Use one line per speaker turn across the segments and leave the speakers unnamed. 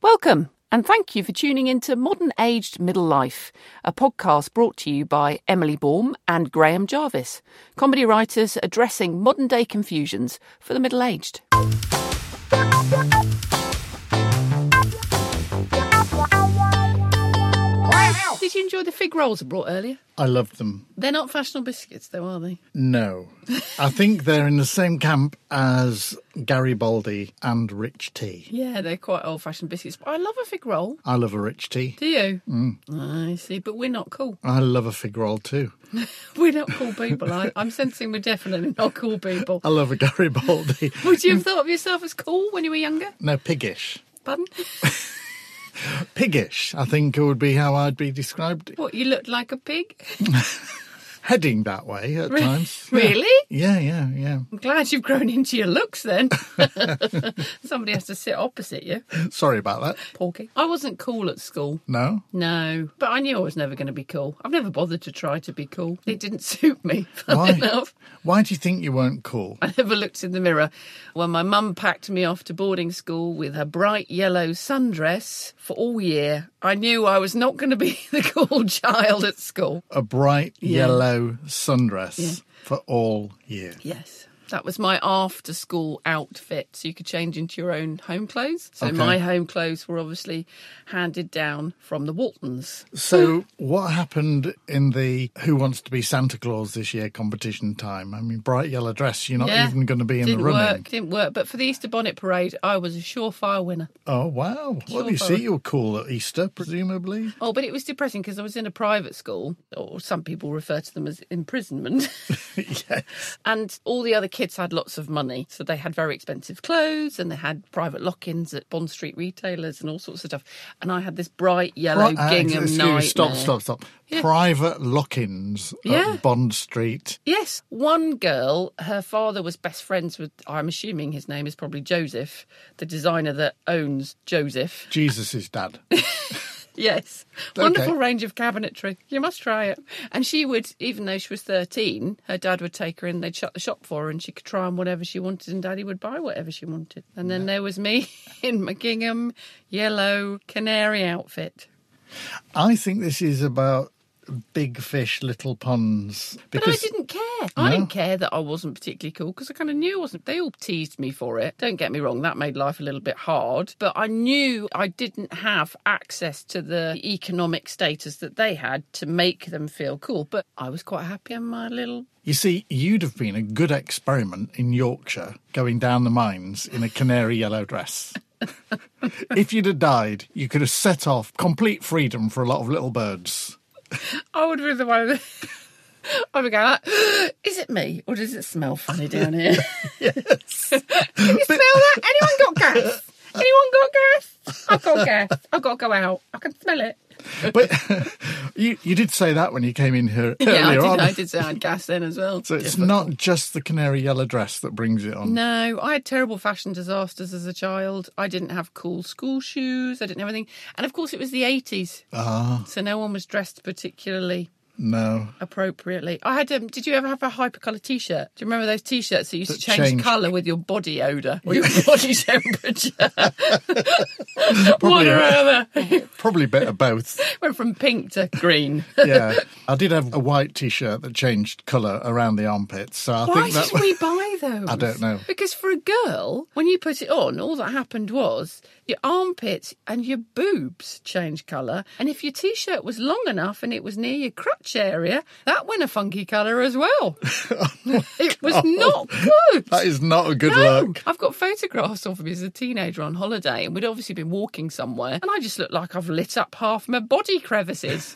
Welcome, and thank you for tuning in to Modern Aged Middle Life, a podcast brought to you by Emily Baum and Graham Jarvis, comedy writers addressing modern day confusions for the middle aged. Did you enjoy the fig rolls I brought earlier?
I love them.
They're not fashionable biscuits, though, are they?
No. I think they're in the same camp as Garibaldi and Rich Tea.
Yeah, they're quite old fashioned biscuits. But I love a fig roll.
I love a Rich Tea.
Do you? I see, but we're not cool.
I love a fig roll too.
We're not cool people. I, I'm sensing we're definitely not cool people.
I love a Garibaldi.
Would you have thought of yourself as cool when you were younger?
no, piggish.
Pardon?
Piggish, I think, would be how I'd be described.
What, you looked like a pig?
Heading that way at times.
really?
Yeah, yeah, yeah.
I'm glad you've grown into your looks then. Somebody has to sit opposite you.
Sorry about that.
Porky. I wasn't cool at school.
No?
No, but I knew I was never going to be cool. I've never bothered to try to be cool. It didn't suit me, funnily
Why?
enough.
Why do you think you weren't cool?
I never looked in the mirror. When my mum packed me off to boarding school with her bright yellow sundress for all year, I knew I was not going to be the cool child at school.
A bright
Yeah.
yellow sundress
Yeah.
for all year.
Yes. That was my after school outfit. So you could change into your own home clothes. So
Okay.
my home clothes were obviously handed down from the Waltons. Hmm.
So, what happened in the Who Wants to Be Santa Claus this year competition time? I mean, bright yellow dress, you're not
Yeah.
even going to be in
didn't
the running.
work, didn't work. But for the Easter bonnet parade, I was a surefire winner.
Oh, wow. Well,
Sure,
you see,
Bob.
you're cool at Easter, presumably.
Oh, but it was depressing because I was in a private school, or some people refer to them as imprisonment.
yes.
and all the other kids had lots of money. So they had very expensive clothes and they had private lock ins at Bond Street retailers and all sorts of stuff. And I had this bright yellow
Right, uh,
gingham
excuse-
nightmare.
Stop, stop, stop. Private lock-ins
Yeah.
at Bond Street.
Yes, one girl, her father was best friends with, I'm assuming his name is probably Joseph, the designer that owns Joseph.
Jesus' dad.
Yes. Wonderful range of cabinetry. You must try it. And she would, even though she was 13, her dad would take her in, they'd shut the shop for her, and she could try on whatever she wanted, and daddy would buy whatever she wanted. And then there was me in my gingham yellow canary outfit.
I think this is about big fish, little ponds.
But I didn't care. I
No.
didn't care that I wasn't particularly cool because I kind of knew I wasn't. They all teased me for it. Don't get me wrong, that made life a little bit hard. But I knew I didn't have access to the economic status that they had to make them feel cool. But I was quite happy in my little.
You see, you'd have been a good experiment in Yorkshire going down the mines in a canary yellow dress. if you'd have died, you could have set off complete freedom for a lot of little birds.
I would be the one. I would go, is it me or does it smell funny down here? Can you smell that? Anyone got gas? Anyone got gas? I've got gas. I've got to go out. I can smell it.
But you, you did say that when you came in here earlier
yeah, I did,
on.
I did say I had gas then as well.
So it's not just the canary yellow dress that brings it on.
No, I had terrible fashion disasters as a child. I didn't have cool school shoes. I didn't have anything. And of course, it was the 80s.
Ah,
So no one was dressed particularly
no.
appropriately. I had, um, did you ever have a hypercolour t shirt? Do you remember those t shirts that used to
That
change
changed.
colour with your body odour or your body temperature? One
Probably,
or
a,
other.
probably a bit of both.
Went from pink to green.
Yeah. I did have a white t shirt that changed colour around the armpits. So I
Why
think that
did we buy those? I
don't know.
Because for a girl, when you put it on, all that happened was your armpits and your boobs changed colour. And if your t shirt was long enough and it was near your crutch area, that went a funky colour as well. it was not good.
Oh that is not a good
No.
look.
I've got photographs of me as a teenager on holiday, and we'd obviously been walking somewhere, and I just looked like I've lit up half my body crevices.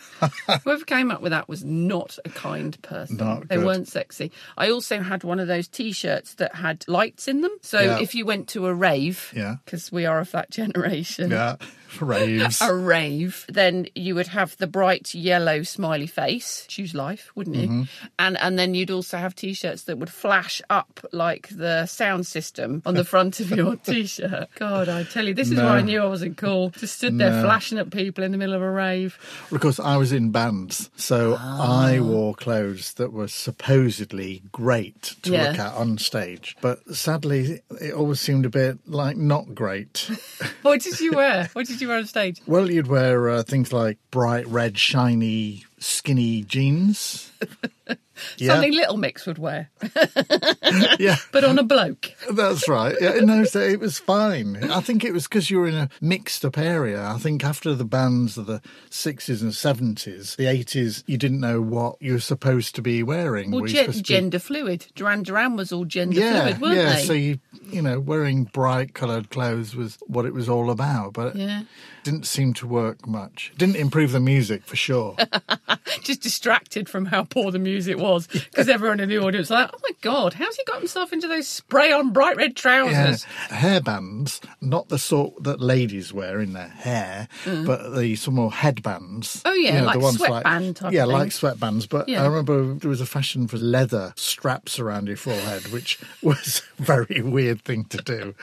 Whoever came up with that was not a kind person.
Not
they
good.
weren't sexy. I also had one of those T-shirts that had lights in them, so
Yeah.
if you went to a rave,
Yeah.
because we are of that generation.
Yeah. Raves.
A rave, then you would have the bright yellow smiley face. Choose life, wouldn't
Mm-hmm.
you? And and then you'd also have t-shirts that would flash up like the sound system on the front of your t-shirt. God, I tell you, this is why I
No.
knew I wasn't cool. Just stood there flashing up at people in the middle of a rave.
Of course, I was in bands, so
Ah.
I wore clothes that were supposedly great to
Yeah.
look at on stage. But sadly, it always seemed a bit like not great.
What did you wear? What did you wear on stage?
well, you'd wear uh, things like bright red, shiny, skinny jeans. yeah,
Something Little Mix would wear,
yeah,
but on a bloke.
that's right. Yeah, no, so it was fine. I think it was because you were in a mixed-up area. I think after the bands of the sixties and seventies, the eighties, you didn't know what you were supposed to be wearing.
Well,
Were you
gen-
supposed to be-
gender fluid. Duran Duran was all gender
yeah,
fluid, weren't
yeah.
they?
So you, you know, wearing bright coloured clothes was what it was all about, but it
Yeah.
didn't seem to work much. Didn't improve the music for sure.
Oh, Just distracted from how poor the music was because everyone in the audience was like, oh my God, how's he got himself into those spray on bright red
yeah,
trousers?
hairbands, not the sort that ladies wear in their hair, but the some more
Mm.
headbands.
Oh, yeah,
You know,
like
the ones
sweatband type
Yeah,
thing.
like sweatbands. But
Yeah.
I remember there was a fashion for leather straps around your forehead, which was a very weird thing to do.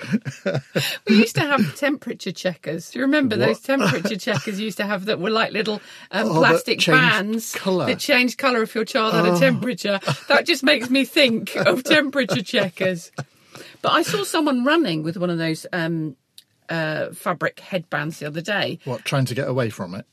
We used to have temperature checkers. Do you remember those
What? Oh,
temperature checkers you used to have that were like little um,
that
plastic
changed
bands
colour. Oh.
that changed colour if your child had a temperature? That just makes me think of temperature checkers. But I saw someone running with one of those um, uh, fabric headbands the other day.
What, trying to get away from it?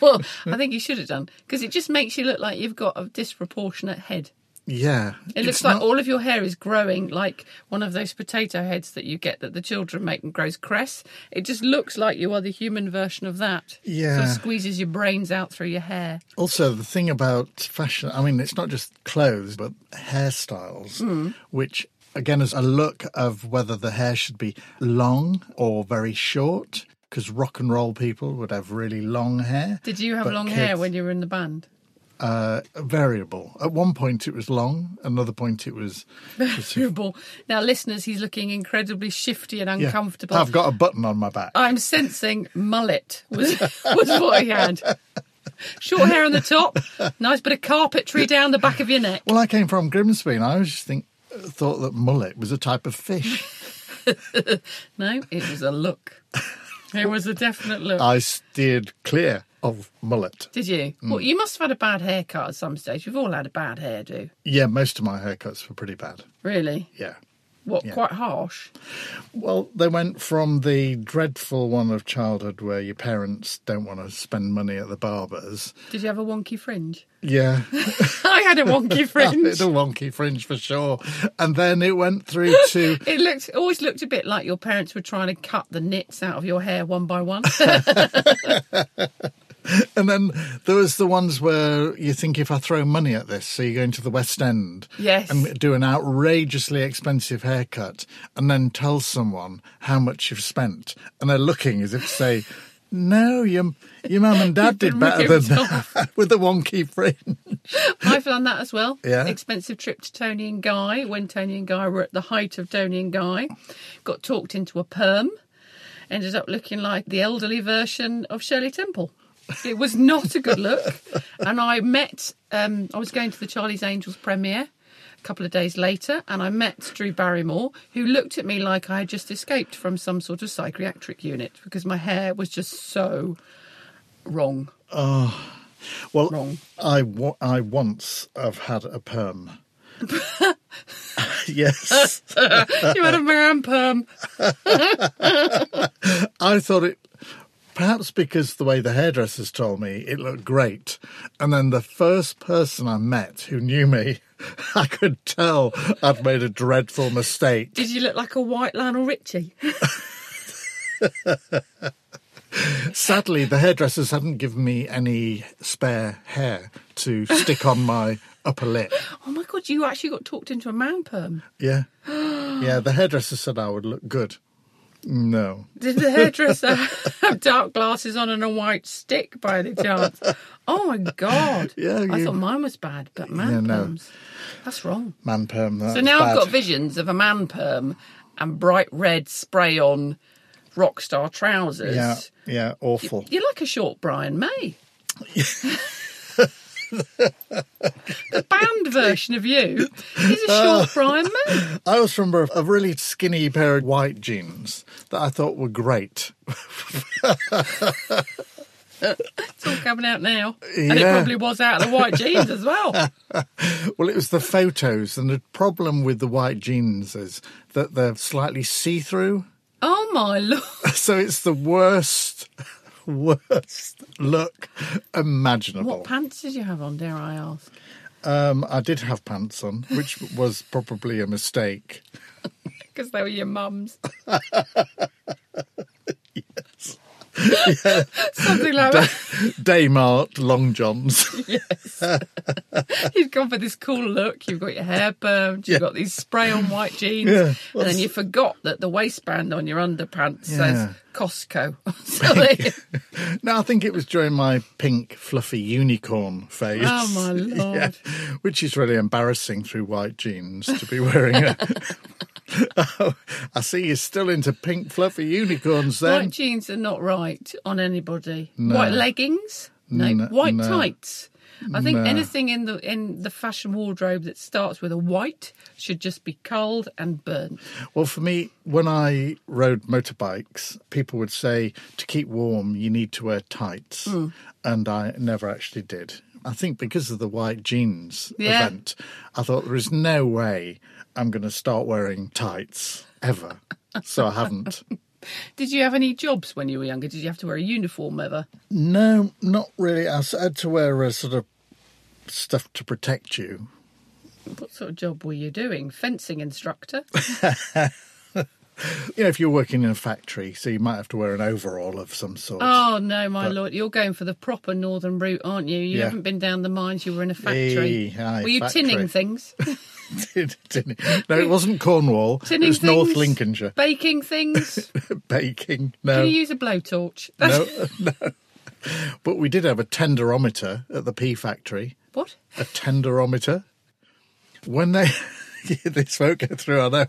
Well, I think you should have done because it just makes you look like you've got a disproportionate head.
Yeah.
It looks
it's
like
not-
all of your hair is growing like one of those potato heads that you get that the children make and grows cress. It just looks like you are the human version of that. Sort
Yeah.
of squeezes your brains out through your hair.
Also, the thing about fashion, I mean, it's not just clothes, but hairstyles,
Hmm.
which again is a look of whether the hair should be long or very short, because rock and roll people would have really long hair.
Did you have
but
long hair
kids-
when you were in the band?
Uh, variable. At one point it was long, another point it was.
Terrible. Now, listeners, he's looking incredibly shifty and
Yeah,
uncomfortable.
I've got a button on my back.
I'm sensing mullet was was what he had. Short hair on the top, nice bit of carpentry down the back of your neck.
Well, I came from Grimsby and I always just think, thought that mullet was a type of fish.
No, it was a look. It was a definite look.
I steered clear of mullet.
Did you? Well, you must have had a bad haircut at some stage. We've all had a bad hairdo.
Yeah, most of my haircuts were pretty bad.
Really?
Yeah.
What?
Yeah.
Quite harsh.
Well, they went from the dreadful one of childhood where your parents don't want to spend money at the barbers.
Did you have a wonky fringe?
Yeah,
I had a wonky fringe.
it's a wonky fringe for sure. And then it went through to
It looked always looked a bit like your parents were trying to cut the nits out of your hair one by one.
and then there was the ones where you think if I throw money at this, so you're going to the West End,
Yes.
and do an outrageously expensive haircut, and then tell someone how much you've spent, and they're looking as if to say, "No, your your mum and dad did
been
better than
ripped
that with the wonky fringe."
I've done that as well.
Yeah.
Expensive trip to Tony and Guy when Tony and Guy were at the height of Tony and Guy. Got talked into a perm. Ended up looking like the elderly version of Shirley Temple. It was not a good look. and I met, um, I was going to the Charlie's Angels premiere a couple of days later, and I met Drew Barrymore, who looked at me like I had just escaped from some sort of psychiatric unit because my hair was just so wrong.
Well,
Wrong.
I, wa- I once have had a perm. yes.
you had a man perm.
I thought it, perhaps because the way the hairdressers told me, it looked great. And then the first person I met who knew me, I could tell I'd made a dreadful mistake.
Did you look like a white Lionel Richie?
Sadly, the hairdressers hadn't given me any spare hair to stick on my upper lip.
Oh my god, you actually got talked into a man perm.
Yeah. Yeah, the hairdresser said I would look good. No.
Did the hairdresser have dark glasses on and a white stick by any chance? Oh my god.
Yeah,
I
you-
thought mine was bad, but man
Yeah, no.
perms. That's wrong.
Man perm. That
So
was
now I've
bad.
got visions of a man perm and bright red spray on rock star trousers.
Yeah, yeah, awful.
You're like a short Brian May. the band version of you is a
Uh,
short Brian May.
I always remember a really skinny pair of white jeans that I thought were great.
coming out now. And it
Yeah.
probably was out of the white jeans as well.
Well, it was the photos, and the problem with the white jeans is that they're slightly see through.
Oh my lord.
So it's the worst, worst look imaginable.
What pants did you have on, dare I ask?
um, I did have pants on, which was probably a mistake.
Because they were your mum's. Something like that.
Daymart long johns.
You've gone for this cool look. You've got your hair permed. You've
Yeah.
got these spray on white jeans.
Yeah,
and then
that's-
you forgot that the waistband on your underpants
Yeah.
says Costco. so they,
no, I think it was during my pink fluffy unicorn phase.
Oh, my Lord.
which is really embarrassing through white jeans to be wearing. A... oh, I see you're still into pink fluffy unicorns then.
white jeans are not right on anybody. White leggings? No.
No,
white
no.
tights? I think
No.
anything in the in the fashion wardrobe that starts with a white should just be culled and burnt.
Well, for me, when I rode motorbikes, people would say to keep warm, you need to wear tights.
Hmm.
And I never actually did. I think because of the white jeans
Yeah.
event, I thought there is no way I'm going to start wearing tights ever. so I haven't.
Did you have any jobs when you were younger? Did you have to wear a uniform ever?
No, not really. I s- had to wear a sort of stuff to protect you.
What sort of job were you doing? Fencing instructor?
You know, if you're working in a factory, so you might have to wear an overall of some sort.
Oh no, my lord! You're going for the proper northern route, aren't you? You
Yeah.
haven't been down the mines. You were in a factory.
Eh, aye,
were you
factory.
tinning things,
Tin- tin- no, it wasn't Cornwall.
tinning
it was
things,
North Lincolnshire.
baking things?
baking.
Can
No,
you use a blowtorch? That's
no, no. But we did have a tenderometer at the pea factory.
what?
A tenderometer. When they, this won't go through, I know.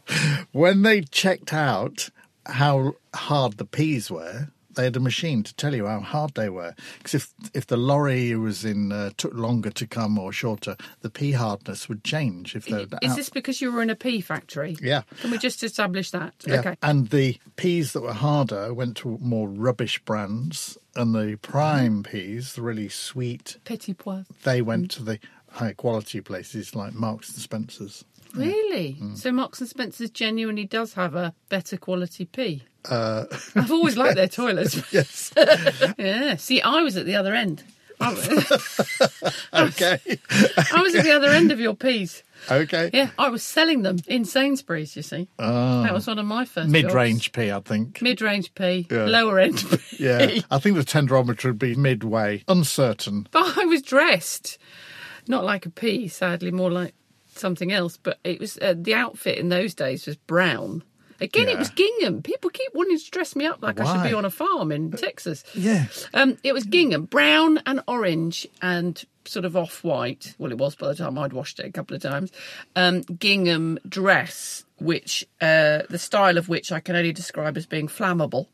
When they checked out how hard the peas were, they had a machine to tell you how hard they were. Because if if the lorry was in uh, took longer to come or shorter, the pea hardness would change. If they're
Is this because you were in a pea factory?
Yeah.
Can we just establish that?
Yeah.
Okay.
And the peas that were harder went to more rubbish brands, and the prime
Mm-hmm.
peas, the really sweet,
Petit pois.
they went
Mm-hmm.
to the high quality places like Marks and Spencers.
Really?
Mm.
So Marks and Spencer's genuinely does have a better quality pea. I've always liked their toilets.
Uh, Yes.
yeah. See, I was at the other end. I
okay.
I was at the other end of your peas.
okay.
Yeah, I was selling them in Sainsbury's, you see.
Ah.
that was one of my first
Mid range pea, I think.
Mid range P,
Yeah.
lower end P.
Yeah. I think the tenderometer would be midway. Uncertain.
But I was dressed not like a pea, sadly, more like something else. But it was uh, the outfit in those days was brown. Again, it
Yeah.
was gingham. People keep wanting to dress me up like I should be
Why?
on a farm in Texas.
Yeah.
Um, it was gingham, brown and orange and sort of off white. Well, it was by the time I'd washed it a couple of times. Um, gingham dress, which uh, the style of which I can only describe as being flammable.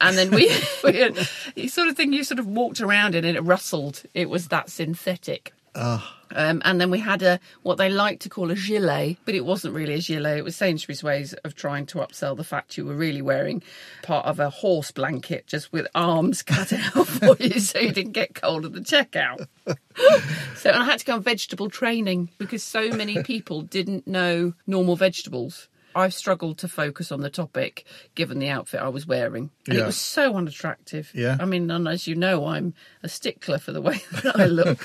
And then we, we had, you sort of thing you sort of walked around in and it rustled. It was that synthetic. Um, and then we had a what they like to call a gilet, but it wasn't really a gilet. It was Sainsbury's ways of trying to upsell the fact you were really wearing part of a horse blanket, just with arms cut out for you, so you didn't get cold at the checkout. so and I had to go on vegetable training because so many people didn't know normal vegetables. I've struggled to focus on the topic given the outfit I was wearing, and it
Yeah.
was so unattractive.
Yeah.
I mean, and as you know, I'm a stickler for the way that I look.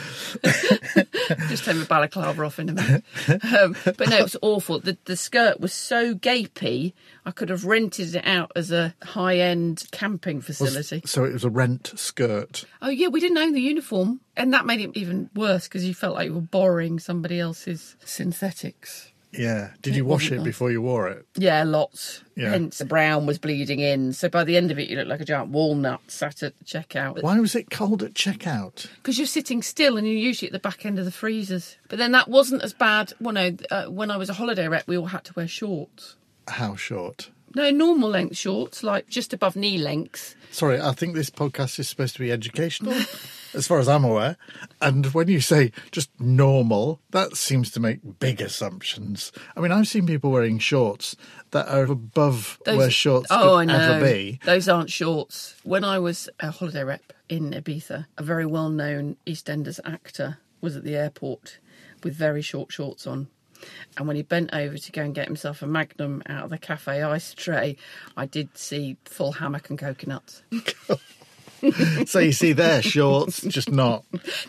Just take my balaclava off in a minute. Um, but no, it was awful. The, the skirt was so gapey, I could have rented it out as a high end camping facility.
So it was a rent skirt.
Oh, yeah, we didn't own the uniform. And that made it even worse because you felt like you were borrowing somebody else's synthetics.
Yeah. Did you wash
wasn't
it before you wore it?
Yeah, lots.
Yeah.
Hence, the brown was bleeding in. So by the end of it, you looked like a giant walnut sat at the checkout.
Why was it cold at checkout?
because you're sitting still and you're usually at the back end of the freezers. But then that wasn't as bad. Well, no, uh, when I was a holiday rep, we all had to wear shorts.
How short?
No, normal length shorts, like just above knee length.
Sorry, I think this podcast is supposed to be educational. as far as I'm aware. And when you say just normal, that seems to make big assumptions. I mean, I've seen people wearing shorts that are above
Those-
where shorts
oh, I
could
know.
ever be.
Those aren't shorts. When I was a holiday rep in Ibiza, a very well known EastEnders actor was at the airport with very short shorts on. And when he bent over to go and get himself a magnum out of the cafe ice tray, I did see full hammock and coconuts.
So you see their shorts, just not,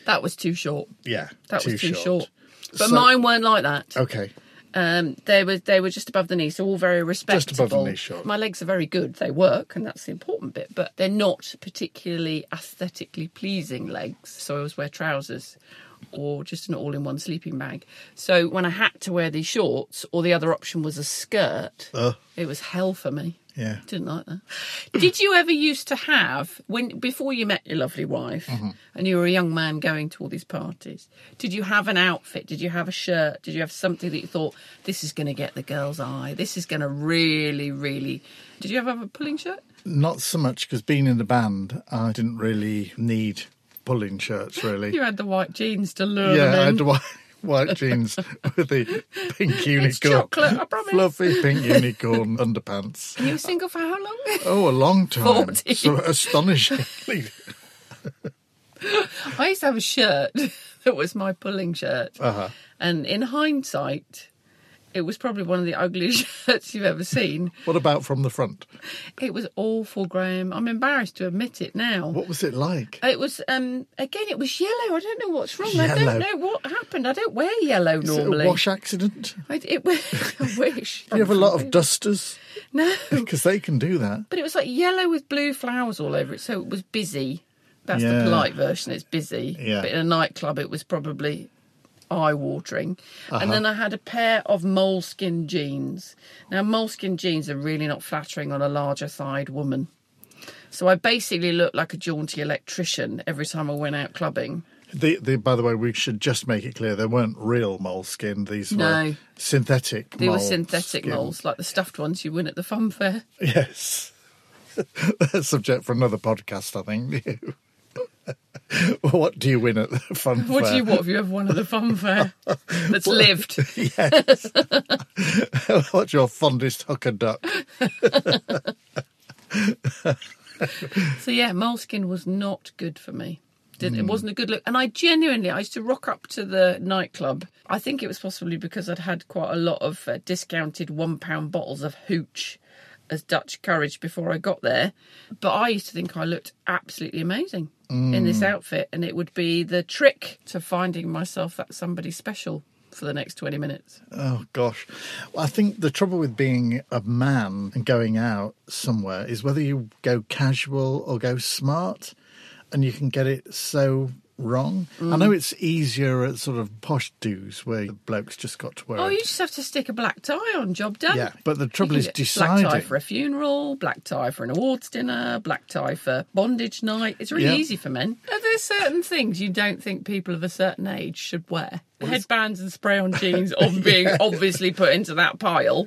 That was too short.
yeah,
That
too
was too short.
short.
But
So-
mine weren't like that.
Okay.
Um, they were they were just above the knee, so all very
above the
respectable.
knee, sure.
My legs are very good; they work, and that's the important bit. But they're not particularly aesthetically pleasing legs, so I always wear trousers or just an all-in-one sleeping bag. So when I had to wear these shorts, or the other option was a skirt,
Ugh.
it was hell for me.
Yeah.
Didn't like that. Did you ever used to have when before you met your lovely wife
Mm-hmm.
and you were a young man going to all these parties? Did you have an outfit? Did you have a shirt? Did you have something that you thought this is going to get the girl's eye? This is going to really, really. Did you ever have a pulling shirt?
Not so much because being in the band, I didn't really need pulling shirts, really.
You had the white jeans to lure
Yeah,
them
I
in.
had white, white jeans with the pink unicorn.
chocolate, I promise.
Fluffy pink unicorn underpants.
you were single for how long?
Oh, a long time.
40.
So astonishingly.
I used to have a shirt that was my pulling shirt,
Uh-huh.
and in hindsight, it was probably one of the ugliest shirts you've ever seen.
What about from the front?
It was awful, Graham. I'm embarrassed to admit it now.
What was it like?
It was um again. It was yellow. I don't know what's wrong. I
Yellow.
don't know what happened. I don't wear yellow
Is it
normally.
a wash accident?
I, it was. I wish.
Do you have a lot of dusters?
no,
Because they can do that.
but it was like yellow with blue flowers all over it. So it was busy. That's
Yeah.
the polite version. It's busy.
Yeah.
But in a nightclub, it was probably eye-watering.
Uh-huh.
And then I had a pair of moleskin jeans. Now, moleskin jeans are really not flattering on a larger-thighed woman. So I basically looked like a jaunty electrician every time I went out clubbing.
The, the, by the way, we should just make it clear they weren't real moleskin. These were
No.
synthetic
They were
mole
synthetic
skin.
moles, like the stuffed ones you win at the fun fair.
Yes. That's subject for another podcast, I think. well, what do you win at the fun
What do
fair?
you? What have you ever won at the fun fair? That's lived.
Yes. What's your fondest hooker duck?
So yeah, moleskin was not good for me. Didn't, It wasn't a good look, and I genuinely I used to rock up to the nightclub. I think it was possibly because I'd had quite a lot of uh, discounted one pound bottles of hooch as Dutch courage before I got there, but I used to think I looked absolutely amazing in this outfit, and it would be the trick to finding myself that somebody special for the next twenty minutes.
Oh gosh, well, I think the trouble with being a man and going out somewhere is whether you go casual or go smart, and you can get it so wrong. I
Mm.
know it's easier at sort of posh do's where the bloke's just got to wear.
Oh,
a-
you just have to stick a black tie on, job done.
Yeah, but the
You
trouble
can
is
get Black tie
deciding.
for a funeral, black tie for an awards dinner, black tie for bondage night. It's really
Yeah.
easy for men. Are there certain things you don't think people of a certain age should wear? Headbands and spray on jeans of being obviously put into that pile.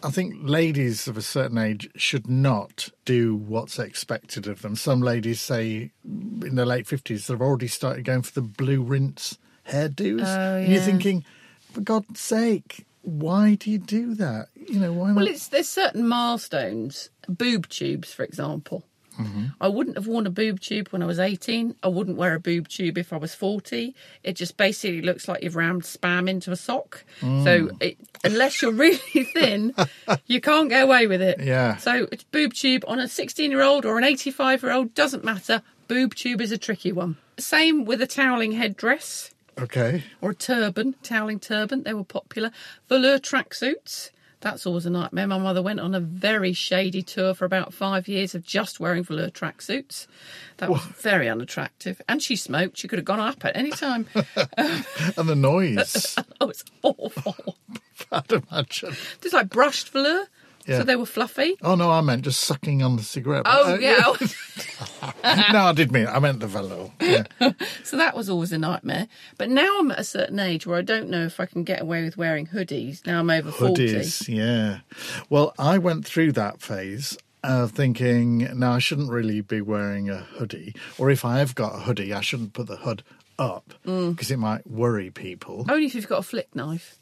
I think ladies of a certain age should not do what's expected of them. Some ladies say in their late 50s they've already started going for the blue rinse hairdos.
Oh,
And you're
yeah.
thinking, for God's sake, why do you do that? You know, why not?
Well, it's there's certain milestones. Boob tubes, for example.
Mm-hmm.
I wouldn't have worn a boob tube when I was 18. I wouldn't wear a boob tube if I was 40. It just basically looks like you've rammed spam into a sock.
Mm.
So, it, unless you're really thin, you can't get away with it.
Yeah.
So, it's boob tube on a 16 year old or an 85 year old, doesn't matter. Boob tube is a tricky one. Same with a toweling headdress
okay.
or a turban, toweling turban. They were popular. Velour tracksuits. That's always a nightmare. My mother went on a very shady tour for about five years of just wearing velour tracksuits. That was very unattractive. And she smoked. She could have gone up at any time.
And the noise,
oh, it's awful.
I'd imagine.
There's like brushed velour.
Yeah.
So they were fluffy.
Oh, no, I meant just sucking on the cigarette.
Oh,
Uh,
yeah.
no, I did mean I meant the velour. Yeah.
so that was always a nightmare. But now I'm at a certain age where I don't know if I can get away with wearing hoodies. Now I'm over 40.
Hoodies, yeah. Well, I went through that phase. of thinking, no, I shouldn't really be wearing a hoodie. Or if I have got a hoodie, I shouldn't put the hood up because it might worry people.
Only if you've got a flick knife.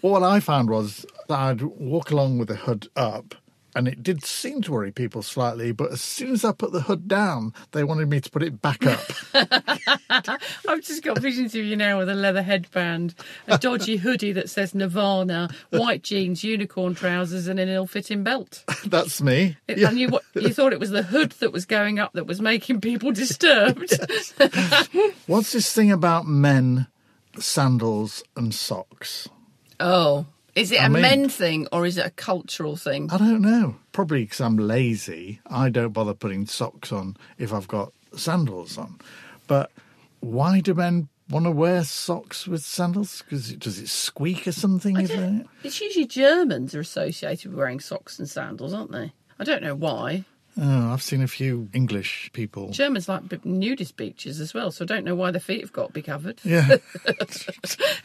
what I found was that I'd walk along with the hood up, and it did seem to worry people slightly. But as soon as I put the hood down, they wanted me to put it back up.
I've just got visions of you now with a leather headband, a dodgy hoodie that says Nirvana, white jeans, unicorn trousers, and an ill-fitting belt.
That's me.
It-
Yeah.
And you, wa- you thought it was the hood that was going up that was making people disturbed.
What's this thing about men, sandals, and socks?
Oh, is it a
mean-
men thing or is it a cultural thing?
I don't know. Probably because I'm lazy. I don't bother putting socks on if I've got sandals on. But why do men want to wear socks with sandals? Because it, does it squeak or something? Is it?
It's usually Germans are associated with wearing socks and sandals, aren't they? I don't know why.
Oh, I've seen a few English people.
Germans like b- nudist beaches as well, so I don't know why the feet have got to be covered.
Yeah,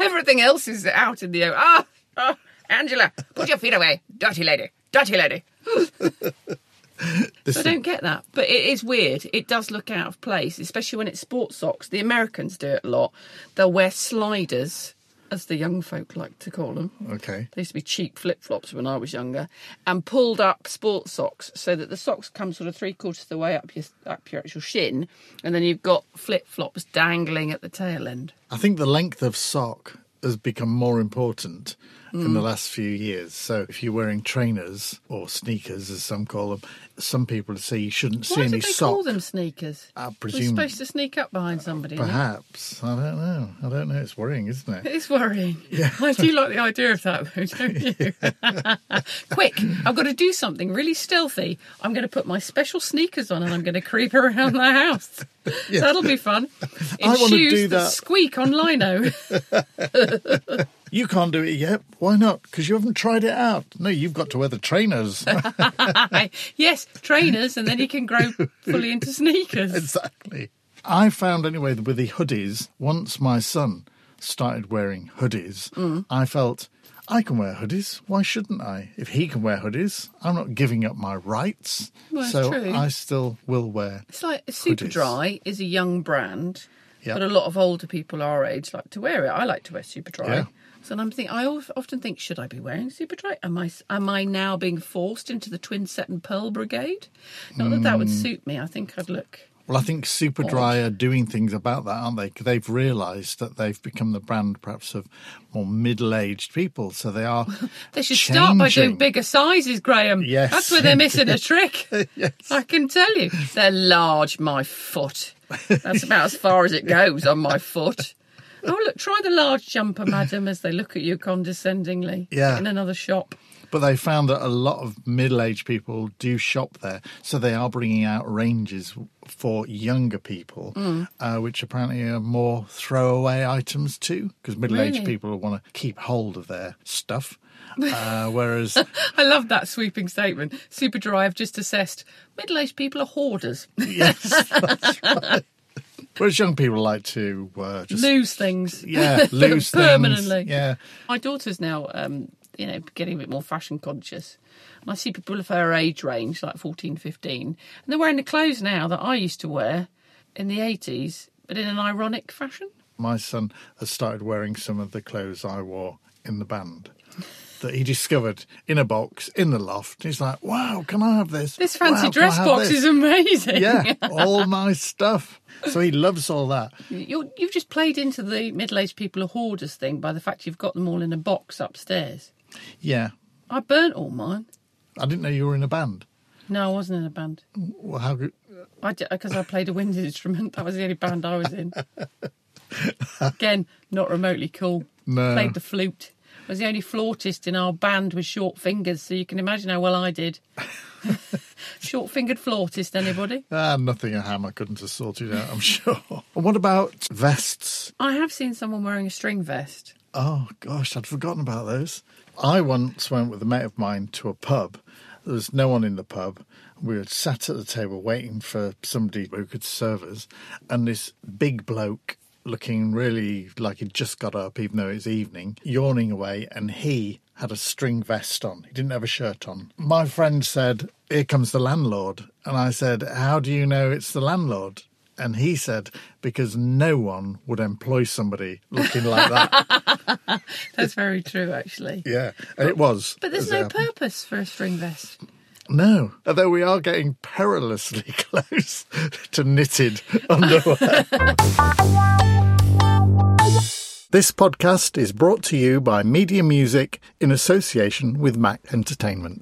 Everything else is out in the open. Ah, ah, Angela, put your feet away, dirty lady, dirty lady.
this
I don't get that, but it is weird. It does look out of place, especially when it's sports socks. The Americans do it a lot. They'll wear sliders, as the young folk like to call them.
okay.
They used to be cheap flip flops when I was younger, and pulled up sports socks so that the socks come sort of three quarters of the way up your up your actual shin, and then you've got flip flops dangling at the tail end.
I think the length of sock has become more important in
Mm.
the last few years. So if you're wearing trainers or sneakers, as some call them, some people say you shouldn't see
Why do
any
they
socks. Uh,
call them sneakers?
I
We're
presume
supposed to sneak up behind somebody. isn't it?
Perhaps. I don't know. I don't know. It's worrying, isn't it?
It's worrying. I do like the idea of that though, don't you? Quick, I've got to do something really stealthy. I'm going to put my special sneakers on and I'm going to creep around the house. That'll be fun. In
I wanna
shoes
do that.
squeak on lino.
You can't do it yet. Why not? Because you haven't tried it out. No, you've got to wear the trainers.
yes, trainers, and then he can grow fully into sneakers.
exactly. I found anyway that with the hoodies, once my son started wearing hoodies, I felt I can wear hoodies. Why shouldn't I? If he can wear hoodies, I'm not giving up my rights.
Well, it's
so
true.
I still will wear.
It's like Superdry is a young brand,
Yeah.
but a lot of older people our age like to wear it. I like to wear Superdry.
Yeah.
So I'm thinking, I of- often think, should I be wearing Superdry? Am I am I now being forced into the twin set and pearl brigade? Not that that would
Hmm.
suit me. I think I'd look.
Well, I think Superdry are doing things about that, aren't they? 'Cause They've realised that they've become the brand perhaps of more middle-aged people, so they are.
They should start by doing
changing.
bigger sizes, Graham.
Yes.
That's where they're missing a trick. I can tell you. They're large, my foot. That's about as far as it goes on my foot. Oh, look, try the large jumper, madam, as they look at you condescendingly.
Yeah.
In another shop.
But they found that a lot of middle-aged people do shop there, so they are bringing out ranges for younger people, uh, which apparently are more throwaway items too, because middle-aged
Really?
people want to keep hold of their stuff, uh, whereas
I love that sweeping statement. Superdry have just assessed middle aged people are hoarders,
yes, that's right. whereas young people like to uh, just
lose things.
yeah lose things.
Permanently.
yeah.
My daughter's now, um, you know, getting a bit more fashion conscious. And I see people of her age range, like 14, 15, and they're wearing the clothes now that I used to wear in the 80s, but in an ironic fashion.
my son has started wearing some of the clothes I wore in the band that he discovered in a box in the loft. He's like, wow, can I have this?
This fancy
Wow, can I
dress
have
box
this?"
is amazing.
Yeah, all my stuff. So he loves all that.
You're, you've just played into the middle aged people are hoarders thing by the fact you've got them all in a box upstairs.
Yeah.
I burnt all mine.
I didn't know you were in a band.
No, I wasn't in a band.
Well, how good.
I because I played a wind instrument. That was the only band I was in. Again, not remotely cool.
No.
Played the flute. I was the only flautist in our band with short fingers, so you can imagine how well I did. Short-fingered flautist, anybody?
Ah, nothing a hammer couldn't have sorted out, I'm sure. And what about vests?
I have seen someone wearing a string vest.
Oh gosh, I'd forgotten about those. I once went with a mate of mine to a pub. There was no one in the pub. We were sat at the table waiting for somebody who could serve us, and this big bloke looking really like he'd just got up, even though it's evening, yawning away, and he had a string vest on. He didn't have a shirt on. My friend said, Here comes the landlord. And I said, How do you know it's the landlord? And he said, Because no one would employ somebody looking like that.
That's very true, actually.
yeah. And it was.
But there's
as it
no
happened.
purpose for a string vest.
No, although we are getting perilously close to knitted underwear. this podcast is brought to you by Media Music in association with Mac Entertainment.